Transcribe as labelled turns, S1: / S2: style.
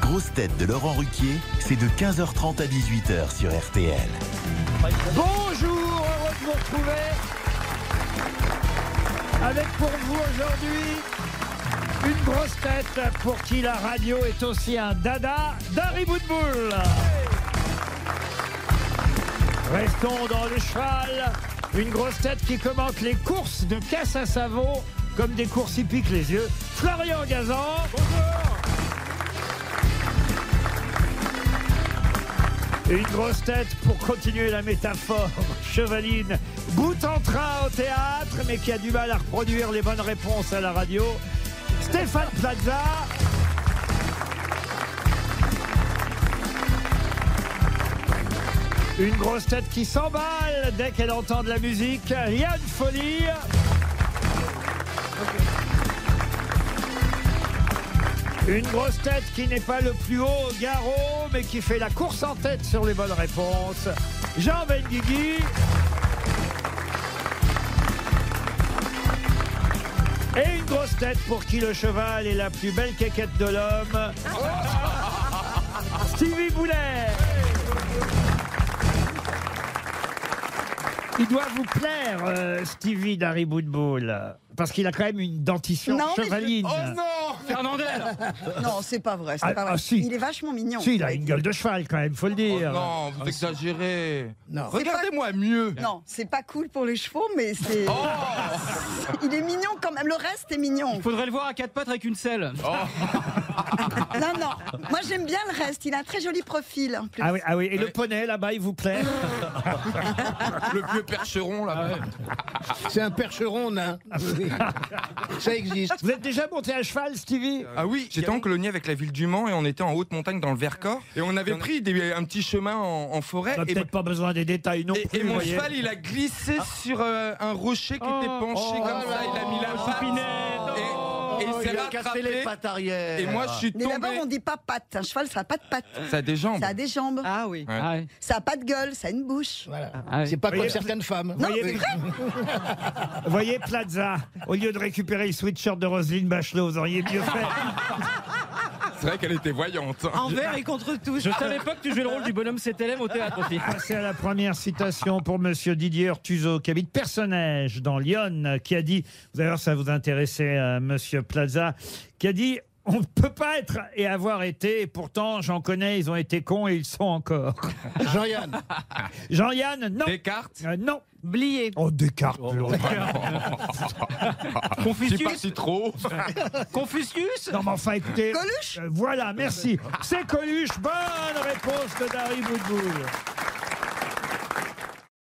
S1: grosses têtes de Laurent Ruquier, c'est de 15h30 à 18h sur RTL.
S2: Bonjour, heureux de vous retrouver. Avec pour vous aujourd'hui une grosse tête pour qui la radio est aussi un dada d'Harry Boudboul. Restons dans le cheval. Une grosse tête qui commente les courses de caisse à savon comme des courses hippiques les yeux. Florian Gazan. Une grosse tête pour continuer la métaphore, chevaline, bout en train au théâtre, mais qui a du mal à reproduire les bonnes réponses à la radio. Stéphane Plaza. Une grosse tête qui s'emballe dès qu'elle entend de la musique, Yann Folie. Une grosse tête qui n'est pas le plus haut au garrot, mais qui fait la course en tête sur les bonnes réponses. Jean Benguigui. Et une grosse tête pour qui le cheval est la plus belle quéquette de l'homme. Stevie Boulet. Il doit vous plaire, euh, Stevie d'Harry Bootball, parce qu'il a quand même une dentition
S3: Non, mais je-
S4: Oh
S3: Oh,
S2: chevaline.
S4: Fernandel
S3: Non, c'est pas vrai, c'est
S2: Ah,
S3: pas
S2: ah,
S3: vrai.
S2: si.
S3: Il est vachement mignon.
S2: Si, il a une gueule de cheval quand même, faut le dire.
S4: Oh, Non,
S2: Ah,
S4: vous exagérez.
S3: Non.
S4: Regardez-moi mieux.
S3: Non, c'est pas cool pour les chevaux, mais c'est.
S2: Oh.
S3: il est mignon quand même. Le reste est mignon.
S5: Faudrait le voir à quatre pattes avec une selle.
S3: Non, non. Moi, j'aime bien le reste. Il a un très joli profil en plus.
S2: Ah oui, ah oui, et le poney là-bas, il vous plaît
S4: Le vieux percheron,
S2: Ah
S4: là.
S6: C'est un percheron nain. Ça existe.
S2: Vous êtes déjà monté à cheval, Stevie
S4: Ah oui, j'étais en colonie avec la ville du Mans et on était en haute montagne dans le Vercors. Et on avait pris des- un petit chemin en, en forêt.
S2: On n'a
S4: et-
S2: peut-être pas besoin des détails non
S4: Et,
S2: plus.
S4: et mon
S2: vous voyez. Ah. Oh,
S4: cheval, il a glissé sur euh, un rocher qui était penché comme ça. Il a mis la patte.
S2: Oh,
S4: Et, et il s'est rattrapé.
S6: arrière.
S4: Et moi, je suis
S3: Mais
S4: tombé.
S3: d'abord, on dit pas patte. Un cheval, ça a pas de patte.
S4: Ça a des jambes.
S3: Ça a des jambes.
S7: Ah oui.
S4: Ouais.
S5: Ah ouais.
S3: Ça a pas de gueule. Ça a une bouche.
S6: Voilà.
S5: Ah ouais.
S6: C'est pas
S2: Voyez-
S6: comme certaines femmes.
S2: Vous voyez,
S6: Oui.
S2: Vous voyez, Plaza, au lieu de récupérer le sweatshirt de Roselyne Bachelot, vous auriez mieux fait.
S4: C'est vrai qu'elle était voyante. hein.
S7: Envers et contre tous.
S5: Je savais pas que tu jouais le rôle du bonhomme CTLM au théâtre aussi.
S2: Passer à la première citation pour Monsieur Didier Ortuzzo, qui habite Personnage, dans Lyon, qui a dit, vous allez voir, ça va vous intéresser, euh, Monsieur Plaza, qui a dit, on ne peut pas être et avoir été, et pourtant, j'en connais, ils ont été cons et ils sont encore.
S6: Jean-Yann.
S2: Jean-Yann, non.
S4: Descartes.
S2: Euh, non.
S7: Blié.
S2: Oh, Descartes. l'autre.
S4: Confucius. Je parti trop.
S5: Confucius
S2: Non, mais enfin, écoutez.
S3: Coluche
S2: euh, Voilà, merci. C'est Coluche. Bonne réponse de Dari Boudboul.